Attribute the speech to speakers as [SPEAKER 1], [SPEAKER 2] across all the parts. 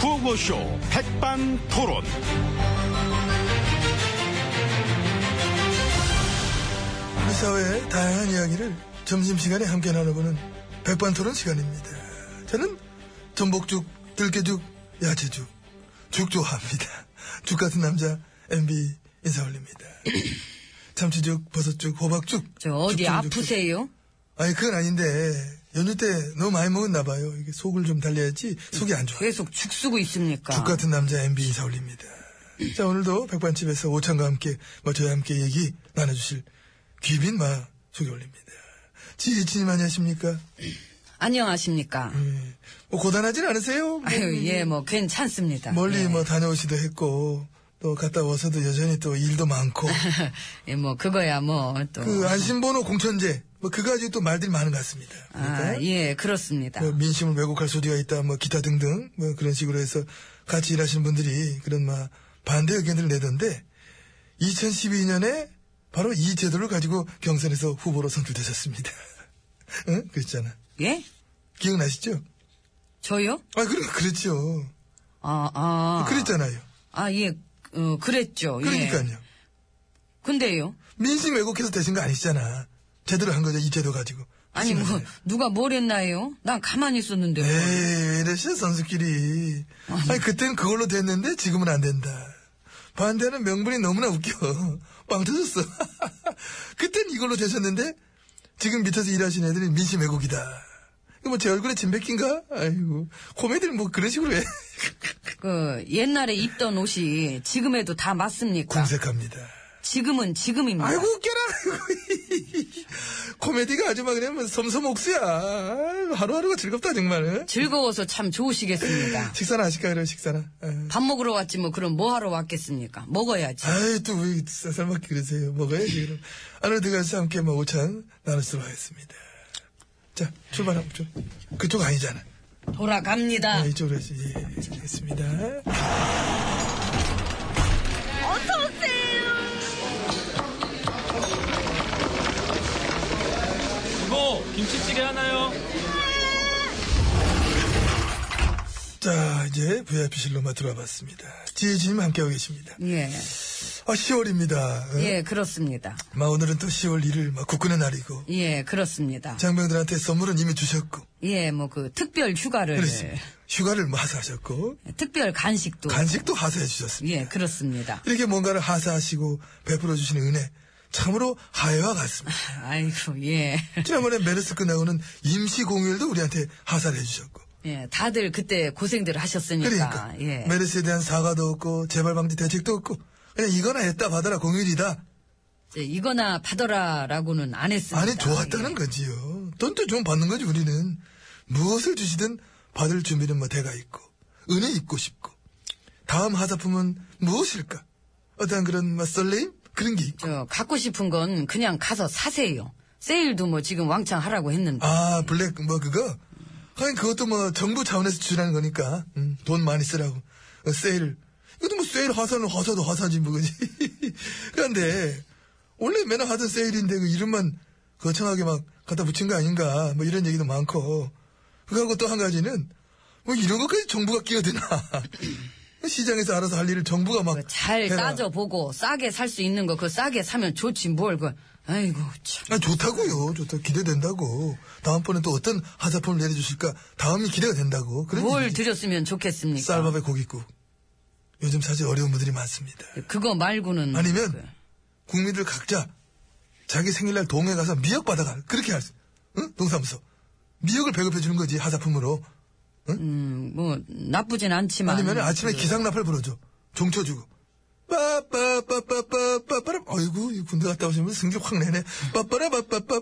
[SPEAKER 1] 구호쇼 백반토론.
[SPEAKER 2] 우리 사회의 다양한 이야기를 점심시간에 함께 나눠보는 백반토론 시간입니다. 저는 전복죽, 들깨죽, 야채죽, 죽 좋아합니다. 죽 같은 남자 MB 인사 올립니다. 참치죽, 버섯죽, 호박죽.
[SPEAKER 3] 저 어디
[SPEAKER 2] 죽전죽죽.
[SPEAKER 3] 아프세요?
[SPEAKER 2] 아니 그건 아닌데 연휴 때 너무 많이 먹었나 봐요. 이게 속을 좀 달래야지 속이 안 좋아.
[SPEAKER 3] 계속 죽 쓰고 있습니까?
[SPEAKER 2] 죽 같은 남자 MB 인사 올립니다. 자 오늘도 백반집에서 오찬과 함께 뭐 저와 함께 얘기 나눠주실 귀빈 마 소개 올립니다. 지지치님 안녕하십니까?
[SPEAKER 3] 안녕하십니까?
[SPEAKER 2] 예. 뭐 고단하진 않으세요? 뭐
[SPEAKER 3] 아유 예 뭐 괜찮습니다.
[SPEAKER 2] 멀리
[SPEAKER 3] 예.
[SPEAKER 2] 뭐 다녀오시도 했고 또 갔다 와서도 여전히 또 일도 많고
[SPEAKER 3] 예, 뭐 그거야 뭐 또.
[SPEAKER 2] 그 안심번호 공천제 뭐 그거 가지고 또 말들이 많은 것 같습니다.
[SPEAKER 3] 아,
[SPEAKER 2] 그러니까
[SPEAKER 3] 예, 그렇습니다.
[SPEAKER 2] 뭐 민심을 왜곡할 소리가 있다, 뭐 기타 등등, 뭐 그런 식으로 해서 같이 일하시는 분들이 그런 막 반대 의견들을 내던데 2012년에 바로 이 제도를 가지고 경선에서 후보로 선출되셨습니다. 응? 그랬잖아.
[SPEAKER 3] 예?
[SPEAKER 2] 기억나시죠?
[SPEAKER 3] 저요?
[SPEAKER 2] 아, 그럼 그랬죠.
[SPEAKER 3] 아, 아.
[SPEAKER 2] 그랬잖아요.
[SPEAKER 3] 아, 예, 어, 그랬죠. 예.
[SPEAKER 2] 그러니까요.
[SPEAKER 3] 근데요?
[SPEAKER 2] 민심 왜곡해서 되신 거 아니시잖아. 제대로 한 거죠, 이 제도 가지고.
[SPEAKER 3] 아니, 뭐,
[SPEAKER 2] 하시면서요.
[SPEAKER 3] 누가 뭘 했나요? 난 가만히
[SPEAKER 2] 어,
[SPEAKER 3] 있었는데.
[SPEAKER 2] 에이, 네, 왜 이러시죠, 선수끼리. 아니, 그땐 그걸로 됐는데 지금은 안 된다. 반대하는 명분이 너무나 웃겨. 빵 터졌어. 그땐 이걸로 되셨는데 지금 밑에서 일하시는 애들이 민심 왜곡이다. 이거 뭐 제 얼굴에 진 뱉긴가? 아이고. 코미디를 뭐 그런 식으로 해.
[SPEAKER 3] 그, 옛날에 입던 옷이 지금에도 다 맞습니까?
[SPEAKER 2] 궁색합니다.
[SPEAKER 3] 지금은 지금입니다.
[SPEAKER 2] 아이고, 웃겨라. 아이고. 코미디가 아주 막 그냥 뭐 섬섬옥수야. 아이고, 하루하루가 즐겁다, 정말.
[SPEAKER 3] 즐거워서 참 좋으시겠습니다.
[SPEAKER 2] 식사나 하실까, 그래, 식사나. 아유.
[SPEAKER 3] 밥 먹으러 왔지 뭐 그럼 뭐 하러 왔겠습니까? 먹어야지.
[SPEAKER 2] 아이, 또, 왜, 쌀쌀맞게 그러세요. 먹어야지, 그럼. 안으로 들어가서 함께, 뭐, 오찬 나누도록 하겠습니다. 자, 출발하죠. 그쪽 아니잖아.
[SPEAKER 3] 돌아갑니다.
[SPEAKER 2] 아, 이쪽으로 해서, 예, 알겠습니다.
[SPEAKER 4] 이거 김치찌개 하나요?
[SPEAKER 2] 자, 이제 VIP실로 만 들어와 봤습니다. 지혜진님 함께하고 계십니다.
[SPEAKER 3] 예,
[SPEAKER 2] 아, 10월입니다.
[SPEAKER 3] 예, 그렇습니다.
[SPEAKER 2] 마, 오늘은 또 10월 1일, 막, 국군의 날이고.
[SPEAKER 3] 예, 그렇습니다.
[SPEAKER 2] 장병들한테 선물은 이미 주셨고.
[SPEAKER 3] 예, 뭐 그 특별 휴가를
[SPEAKER 2] 그렇습니다. 휴가를 뭐 하사하셨고.
[SPEAKER 3] 특별 간식도
[SPEAKER 2] 간식도 하사해 주셨습니다.
[SPEAKER 3] 예, 그렇습니다.
[SPEAKER 2] 이렇게 뭔가를 하사하시고 베풀어 주시는 은혜 참으로 하혜와 같습니다.
[SPEAKER 3] 아이고, 예.
[SPEAKER 2] 지난번에 메르스 끝나고는 임시 공휴일도 우리한테 하사를 해주셨고
[SPEAKER 3] 예, 다들 그때 고생들 하셨으니까.
[SPEAKER 2] 그러니까
[SPEAKER 3] 예.
[SPEAKER 2] 메르스에 대한 사과도 없고 재발 방지 대책도 없고 그냥 이거나 했다 받아라 공휴일이다
[SPEAKER 3] 이제 이거나 받아라라고는 안 했습니다.
[SPEAKER 2] 아니 좋았다는
[SPEAKER 3] 예.
[SPEAKER 2] 거지요 돈도 좀 받는 거지 우리는 무엇을 주시든 받을 준비는 뭐 대가 있고 은혜 입고 싶고 다음 하사품은 무엇일까 어떤 그런 뭐 설레임 그런 게 있고
[SPEAKER 3] 저 갖고 싶은 건 그냥 가서 사세요. 세일도 뭐 지금 왕창 하라고 했는데.
[SPEAKER 2] 아, 블랙, 뭐, 그거? 하긴 그것도 뭐, 정부 차원에서 주라는 거니까. 음, 돈 많이 쓰라고. 어, 세일. 이것도 뭐, 세일 하사는 하사도 하사지, 뭐, 그지? 그런데, 원래 맨날 하던 세일인데, 그 이름만 거창하게 막 갖다 붙인 거 아닌가, 뭐, 이런 얘기도 많고. 그거하고 또 한 가지는, 뭐, 이런 것까지 정부가 끼어드나. 시장에서 알아서 할 일을 정부가 막.
[SPEAKER 3] 그잘
[SPEAKER 2] 해라.
[SPEAKER 3] 따져보고 싸게 살 수 있는 거 그거 싸게 사면 좋지 뭘 그. 아이고 참.
[SPEAKER 2] 아, 좋다고요. 좋다. 기대된다고. 다음번에 또 어떤 하사품을 내려주실까. 다음이 기대가 된다고. 그런
[SPEAKER 3] 뭘
[SPEAKER 2] 얘기지.
[SPEAKER 3] 드렸으면 좋겠습니까?
[SPEAKER 2] 쌀밥에 고깃국. 요즘 사실 어려운 분들이 많습니다.
[SPEAKER 3] 그거 말고는
[SPEAKER 2] 아니면 국민들 각자 자기 생일날 동해 가서 미역 받아가 그렇게 할 수. 응? 동사무소 미역을 배급해 주는 거지 하사품으로.
[SPEAKER 3] 음, 뭐 나쁘진 않지만
[SPEAKER 2] 아니면 아침에
[SPEAKER 3] 그,
[SPEAKER 2] 기상나팔 불어줘. 종쳐 주고. 빠빠빠빠빠빠빠람. 아이고 이 군대 갔다 오시면 승기 확 내네. 빠빠라 빠빠빠빠.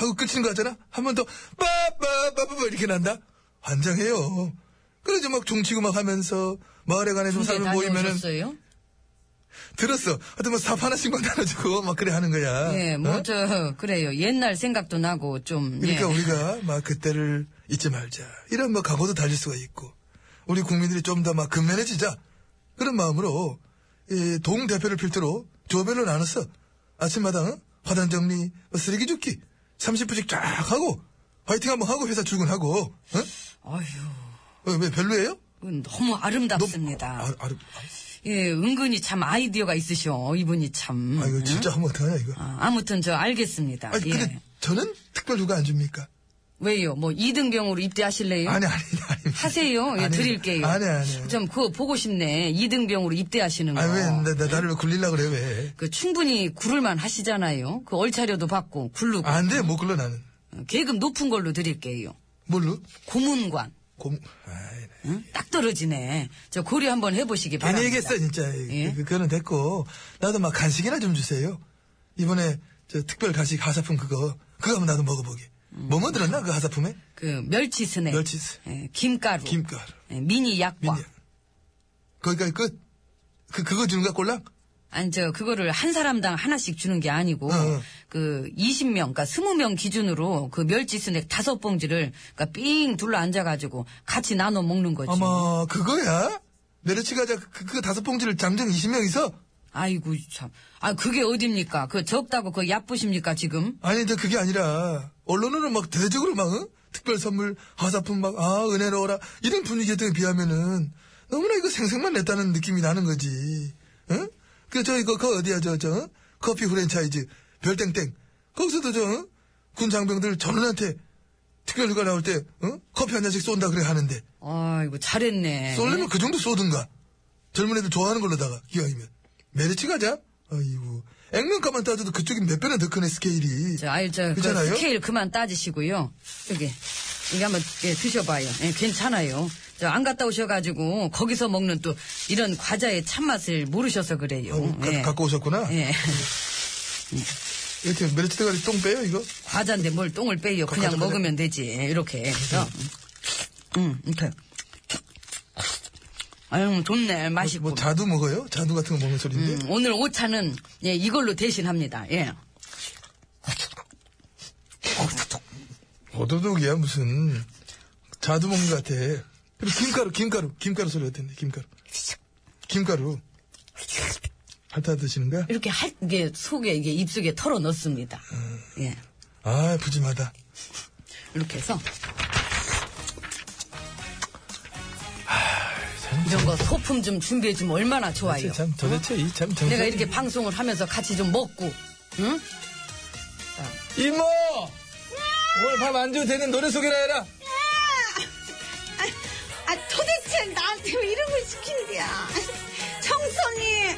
[SPEAKER 2] 하고 끝인 거 같잖아. 한 번 더 빠빠빠빠 이렇게 난다. 환장해요. 그러지 막 종치고 막 하면서 마을에 관해 좀
[SPEAKER 3] 군대
[SPEAKER 2] 사람을 모이면은
[SPEAKER 3] 다녀오셨어요?
[SPEAKER 2] 들었어. 하여튼 뭐삽 하나씩만 나눠주고 막 그래 하는 거야.
[SPEAKER 3] 예,
[SPEAKER 2] 어?
[SPEAKER 3] 뭐 저 그래요. 옛날 생각도 나고 좀
[SPEAKER 2] 그러니까
[SPEAKER 3] 예.
[SPEAKER 2] 우리가 막 그때를 잊지 말자. 이런 뭐 각오도 달릴 수가 있고 우리 국민들이 좀 더 막 근면해지자 그런 마음으로 동 대표를 필두로 조별로 나눴어. 아침마다 어? 화단 정리, 뭐 쓰레기 줍기 30분씩 쫙 하고 화이팅 한번 하고 회사 출근하고. 어?
[SPEAKER 3] 어휴.
[SPEAKER 2] 왜, 왜 별로예요?
[SPEAKER 3] 음, 너무 아름답습니다.
[SPEAKER 2] 아, 아,
[SPEAKER 3] 예, 은근히 참 아이디어가 있으셔. 이분이 참.
[SPEAKER 2] 아, 이거 진짜 하면 어떡하냐, 이거.
[SPEAKER 3] 음. 아, 무튼저 알겠습니다.
[SPEAKER 2] 아니,
[SPEAKER 3] 예.
[SPEAKER 2] 근데 저는 특별 누가 안 줍니까?
[SPEAKER 3] 왜요? 뭐 2등병으로 입대하실래요?
[SPEAKER 2] 아니, 아니, 아니.
[SPEAKER 3] 예? 하세요. 예,
[SPEAKER 2] 아니,
[SPEAKER 3] 드릴게요.
[SPEAKER 2] 아니, 아니.
[SPEAKER 3] 좀 그거 보고 싶네. 2등병으로 입대하시는 거.
[SPEAKER 2] 아, 왜, 나, 나, 나를 왜 굴리려고 그래, 왜.
[SPEAKER 3] 그 충분히 굴을만 하시잖아요. 그 얼차려도 받고 굴르고
[SPEAKER 2] 안 돼, 못 굴러, 뭐 나는.
[SPEAKER 3] 계급 높은 걸로 드릴게요.
[SPEAKER 2] 뭘로?
[SPEAKER 3] 고문관.
[SPEAKER 2] 곰, 아이, 나.
[SPEAKER 3] 응? 딱 떨어지네. 저 고려 한번 해보시기 바랍니다.
[SPEAKER 2] 괜히 얘기했어, 진짜.
[SPEAKER 3] 예?
[SPEAKER 2] 그, 그거는 됐고. 나도 막 간식이나 좀 주세요. 이번에, 저, 특별 간식 하사품 그거. 그거 한번 나도 먹어보게. 뭐 만들었나, 그 하사품에?
[SPEAKER 3] 그 멸치 스낵,
[SPEAKER 2] 멸치 스-
[SPEAKER 3] 예,
[SPEAKER 2] 네.
[SPEAKER 3] 김가루,
[SPEAKER 2] 김가루.
[SPEAKER 3] 예, 미니 약과.
[SPEAKER 2] 미니. 거기까지 끝? 그, 그거 주는 거야, 꼴랑?
[SPEAKER 3] 아니, 저, 그거를 한 사람당 하나씩 주는 게 아니고,
[SPEAKER 2] 어.
[SPEAKER 3] 그, 20명, 그니까 20명 기준으로 그 멸치 스낵 다섯 봉지를, 그니까 삥 둘러 앉아가지고 같이 나눠 먹는 거지.
[SPEAKER 2] 아마, 그거야? 메르치 가자, 그, 그 다섯 봉지를 잠정 20명이서?
[SPEAKER 3] 아이고, 참. 아, 그게 어딥니까? 그 적다고 그 얕부십니까, 지금?
[SPEAKER 2] 아니, 저 그게 아니라, 언론으로 막 대대적으로 막, 응? 특별 선물, 하사품 막, 아, 은혜 넣어라. 이런 분위기에 비하면은, 너무나 이거 생색만 냈다는 느낌이 나는 거지. 응? 그, 저, 이거, 그 어디야, 저, 저, 응? 커피 프랜차이즈, 별땡땡. 거기서도 저, 응? 군 장병들 전원한테 특별 휴가 나올 때, 응? 커피 한 잔씩 쏜다 그래 하는데.
[SPEAKER 3] 아이고, 잘했네.
[SPEAKER 2] 쏠려면 그 정도 쏘든가. 젊은 애들 좋아하는 걸로다가, 기왕이면. 메리츠 가자. 아이고. 액면가만 따져도 그쪽이 몇 배나 더 크네, 스케일이.
[SPEAKER 3] 저, 아이, 저, 그
[SPEAKER 2] 괜찮아요?
[SPEAKER 3] 스케일 그만 따지시고요. 저기, 이거 한번, 예, 드셔봐요. 예, 괜찮아요. 저, 안 갔다 오셔가지고, 거기서 먹는 또, 이런 과자의 참맛을 모르셔서 그래요.
[SPEAKER 2] 어, 가-
[SPEAKER 3] 예.
[SPEAKER 2] 갖고 오셨구나.
[SPEAKER 3] 예.
[SPEAKER 2] 이렇게 메리츠 대가리 똥 빼요, 이거? 뭐,
[SPEAKER 3] 과자인데 뭘 똥을 빼요.
[SPEAKER 2] 가-
[SPEAKER 3] 그냥
[SPEAKER 2] 가자, 가자.
[SPEAKER 3] 먹으면 되지. 이렇게. 그래서, 음, 이렇게. 아유, 좋네. 맛있고.
[SPEAKER 2] 뭐 자두 먹어요? 자두 같은 거 먹는 소리인데.
[SPEAKER 3] 음, 오늘 오차는, 예, 이걸로 대신합니다. 예.
[SPEAKER 2] 오도독이야, 무슨. 자두 먹는 것 같아. 그리고 김가루, 김가루, 김가루 소리 어땠네, 김가루. 김가루. 핥아 드시는 거야?
[SPEAKER 3] 이렇게 할, 이게 속에, 이게 입속에 털어 넣습니다.
[SPEAKER 5] 음.
[SPEAKER 3] 예.
[SPEAKER 2] 아, 푸짐하다.
[SPEAKER 3] 이렇게 해서. 이런 거 소품 좀 준비해 주면 얼마나 좋아요.
[SPEAKER 2] 참, 도대체 이 참, 정신.
[SPEAKER 3] 내가 이렇게 방송을 하면서 같이 좀 먹고, 응?
[SPEAKER 2] 이모! 오늘 밥 안 줘도 되는 노래 소개나 해라!
[SPEAKER 6] 아, 도대체 나한테 왜 이런 걸 시키는 거야? 청선이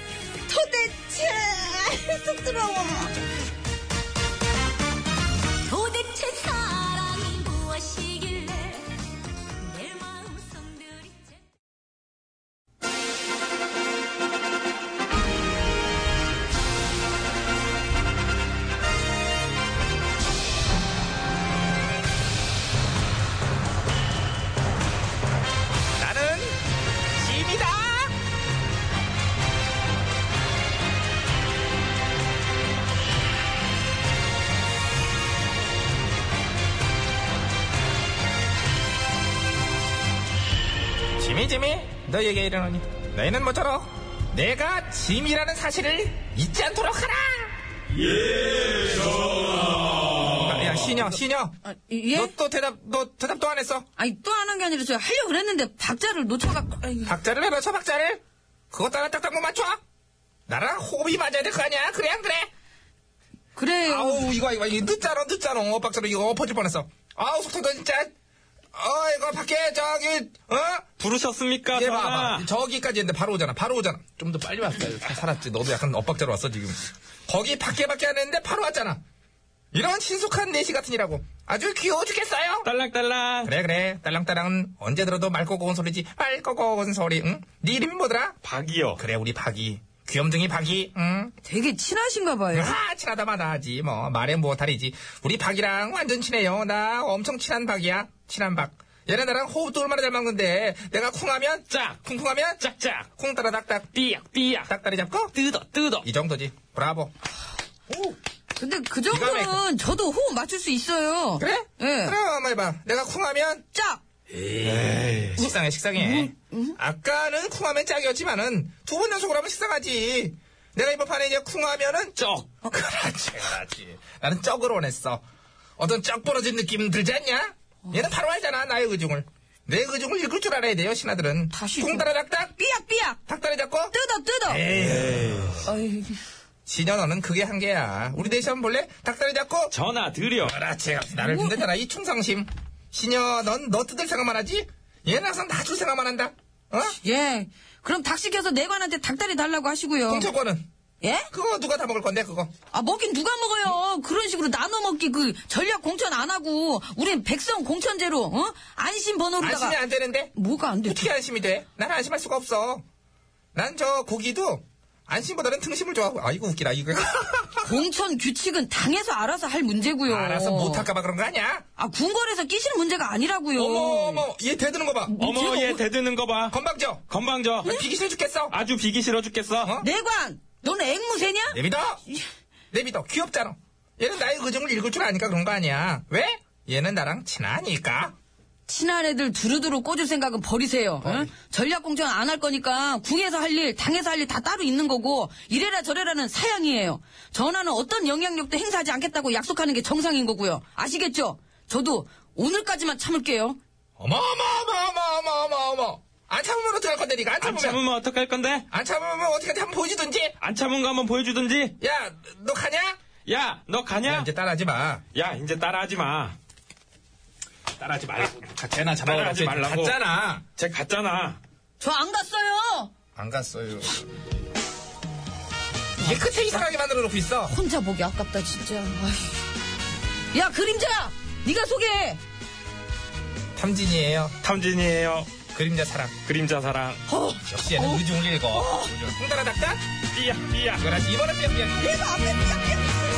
[SPEAKER 6] 도대체 쑥스러워. 도대체 사랑이 무엇이길래 내 마음속들이
[SPEAKER 1] 나는 짐이다.
[SPEAKER 5] 지미 지미 너에게 이르노니 너희는 모쪼록 내가 짐이라는 사실을 잊지 않도록 하라. 예 전하. 야 신여 신여.
[SPEAKER 3] 아, 예?
[SPEAKER 5] 너 또 대답 너 대답도 안 했어.
[SPEAKER 3] 아니, 또 하는 게 아니라 저 하려고 그랬는데 박자를 놓쳐갖고, 아이고.
[SPEAKER 5] 박자를 왜 맞춰 박자를? 그것 따라 딱딱 못 맞춰? 나랑 호흡이 맞아야 될 거 아니야? 그래 안 그래?
[SPEAKER 3] 그래요.
[SPEAKER 5] 아우 이거 이거 이거 늦잖아 늦잖아 어, 박자로 이거 엎어질 뻔했어. 아우 속 터져 진짜. 어 이거 밖에 저기 어
[SPEAKER 4] 부르셨습니까,
[SPEAKER 5] 얘
[SPEAKER 4] 전화?
[SPEAKER 5] 봐봐. 저기까지 했는데 바로 오잖아. 바로 오잖아. 좀 더 빨리 왔어요. 살았지. 너도 약간 엇박자로 왔어, 지금. 거기 밖에 밖에 안 했는데 바로 왔잖아. 이런 신속한 내시 같으니라고. 아주 귀여워 죽겠어요.
[SPEAKER 4] 딸랑딸랑.
[SPEAKER 5] 그래, 그래. 딸랑딸랑은 언제 들어도 맑고 고운 소리지. 맑고 고운 소리, 응? 네 이름이 뭐더라?
[SPEAKER 4] 박이요.
[SPEAKER 5] 그래, 우리 박이. 귀염둥이 박이, 응?
[SPEAKER 3] 되게 친하신가 봐요.
[SPEAKER 5] 아, 친하다마다 하지. 뭐, 말에 무엇하리지. 우리 박이랑 완전 친해요. 나 엄청 친한 박이야. 친한 박. 얘네 나랑 호흡도 얼마나 잘 맞는데, 내가 쿵하면 짝, 쿵쿵하면 짝짝, 쿵 따라 딱딱,
[SPEAKER 4] 삐약삐약.
[SPEAKER 5] 딱다리 잡고
[SPEAKER 4] 뜯어, 뜯어.
[SPEAKER 5] 이 정도지 브라보
[SPEAKER 3] 근데 그
[SPEAKER 5] 기가
[SPEAKER 3] 정도는 저도 호흡 맞출 수 있어요.
[SPEAKER 5] 그래?
[SPEAKER 3] 예.
[SPEAKER 5] 그래 한번 해봐 내가 쿵하면
[SPEAKER 3] 짝!
[SPEAKER 5] 식상해 식상해 아까는 쿵하면 짝이었지만은 두 번 연속으로 하면 식상하지 내가 이번 판에 이제 쿵하면은 쩍 그렇지 그렇지 나는 쩍을 원했어 어떤 쩍 벌어진 느낌 들지 않냐 얘는 바로 알잖아 나의 의중을 내 의중을 읽을 줄 알아야 돼요, 신하들은.
[SPEAKER 3] 다시
[SPEAKER 5] 쿵
[SPEAKER 3] 좀-
[SPEAKER 5] 따라닥닥,
[SPEAKER 3] 삐약 삐약
[SPEAKER 5] 닭다리 잡고.
[SPEAKER 3] 뜯어 뜯어.
[SPEAKER 5] 네. 에이,
[SPEAKER 3] 어이,
[SPEAKER 5] 신여 너는 그게 한계야. 우리 대시 한번 볼래? 닭다리 잡고.
[SPEAKER 4] 전화 드려.
[SPEAKER 5] 그렇지, 나를 빛내잖아, 이 충성심. 신여, 넌 너 뜯을 생각만 하지? 얘는 항상 나 줄 생각만 한다. 어?
[SPEAKER 3] 예. 그럼 닭 시켜서 내관한테 닭다리 달라고 하시고요.
[SPEAKER 5] 공천권은?
[SPEAKER 3] 예?
[SPEAKER 5] 그거 누가 다 먹을 건데, 그거.
[SPEAKER 3] 아 먹긴 누가 먹어요? 그런 식으로 나눠 먹기 그 전략 공천 안 하고 우린 백성 공천제로 어? 안심 번호로다가
[SPEAKER 5] 안심이 안 되는데?
[SPEAKER 3] 뭐가 안 돼?
[SPEAKER 5] 어떻게 안심이 돼? 난 안심할 수가 없어. 난 저 고기도 안심보다는 등심을 좋아하고. 아, 이거 웃기다, 이거.
[SPEAKER 3] 공천 규칙은 당에서 알아서 할 문제고요.
[SPEAKER 5] 알아서 못할까봐 그런 거 아니야?
[SPEAKER 3] 아 궁궐에서 끼시는 문제가 아니라고요.
[SPEAKER 5] 어머, 어머, 얘 대드는 거 봐. 어,
[SPEAKER 4] 어머,
[SPEAKER 3] 제가
[SPEAKER 4] 얘
[SPEAKER 3] 뭐-
[SPEAKER 4] 대드는 거 봐.
[SPEAKER 5] 건방져.
[SPEAKER 4] 건방져.
[SPEAKER 5] 비기 싫어 죽겠어.
[SPEAKER 4] 아주 비기 싫어 죽겠어.
[SPEAKER 3] 내관, 너는 앵무새냐?
[SPEAKER 5] 내비둬. 내비둬. 귀엽잖아. 얘는 나의 의정을 읽을 줄 아니까 그런 거 아니야. 왜? 얘는 나랑 친하니까.
[SPEAKER 3] 친한 애들 두루두루 꽂을 생각은 버리세요. 응? 전략 공천 안 할 거니까 궁에서 할 일, 당에서 할 일 다 따로 있는 거고 이래라 저래라는 사양이에요. 전화는 어떤 영향력도 행사하지 않겠다고 약속하는 게 정상인 거고요. 아시겠죠? 저도 오늘까지만 참을게요.
[SPEAKER 5] 어머, 어머, 어머, 어머, 어머, 어머, 어머. 안 참으면 어떡할 건데, 니가 안
[SPEAKER 4] 안
[SPEAKER 5] 참으면.
[SPEAKER 4] 참으면 어떡할 건데?
[SPEAKER 5] 안 참으면 어떻게 한번 보여주든지.
[SPEAKER 4] 안 참은 거 한번 보여주든지.
[SPEAKER 5] 야, 너 가냐?
[SPEAKER 4] 야, 너
[SPEAKER 5] 야,
[SPEAKER 4] 가냐?
[SPEAKER 5] 이제 따라하지 마.
[SPEAKER 4] 야, 이제 따라하지 마. 따라하지 말라고. 쟤나 잡아가지 말라고.
[SPEAKER 5] 갔잖아.
[SPEAKER 4] 쟤 갔잖아.
[SPEAKER 3] 저 안 갔어요.
[SPEAKER 5] 안 갔어요. 이게 끝에 이상하게 만들어 놓고 있어.
[SPEAKER 3] 혼자 보기 아깝다 진짜. 아휴. 야 그림자, 네가 소개해.
[SPEAKER 5] 탐진이에요.
[SPEAKER 4] 탐진이에요.
[SPEAKER 5] 그림자 사랑.
[SPEAKER 4] 그림자 사랑.
[SPEAKER 3] 어,
[SPEAKER 5] 역시 얘는 의중을 읽어. 의중. 흥따라 닥다?
[SPEAKER 4] 삐약삐약.
[SPEAKER 5] 그렇지. 이번엔 삐약삐약.
[SPEAKER 3] 내가 앞에 삐약삐약.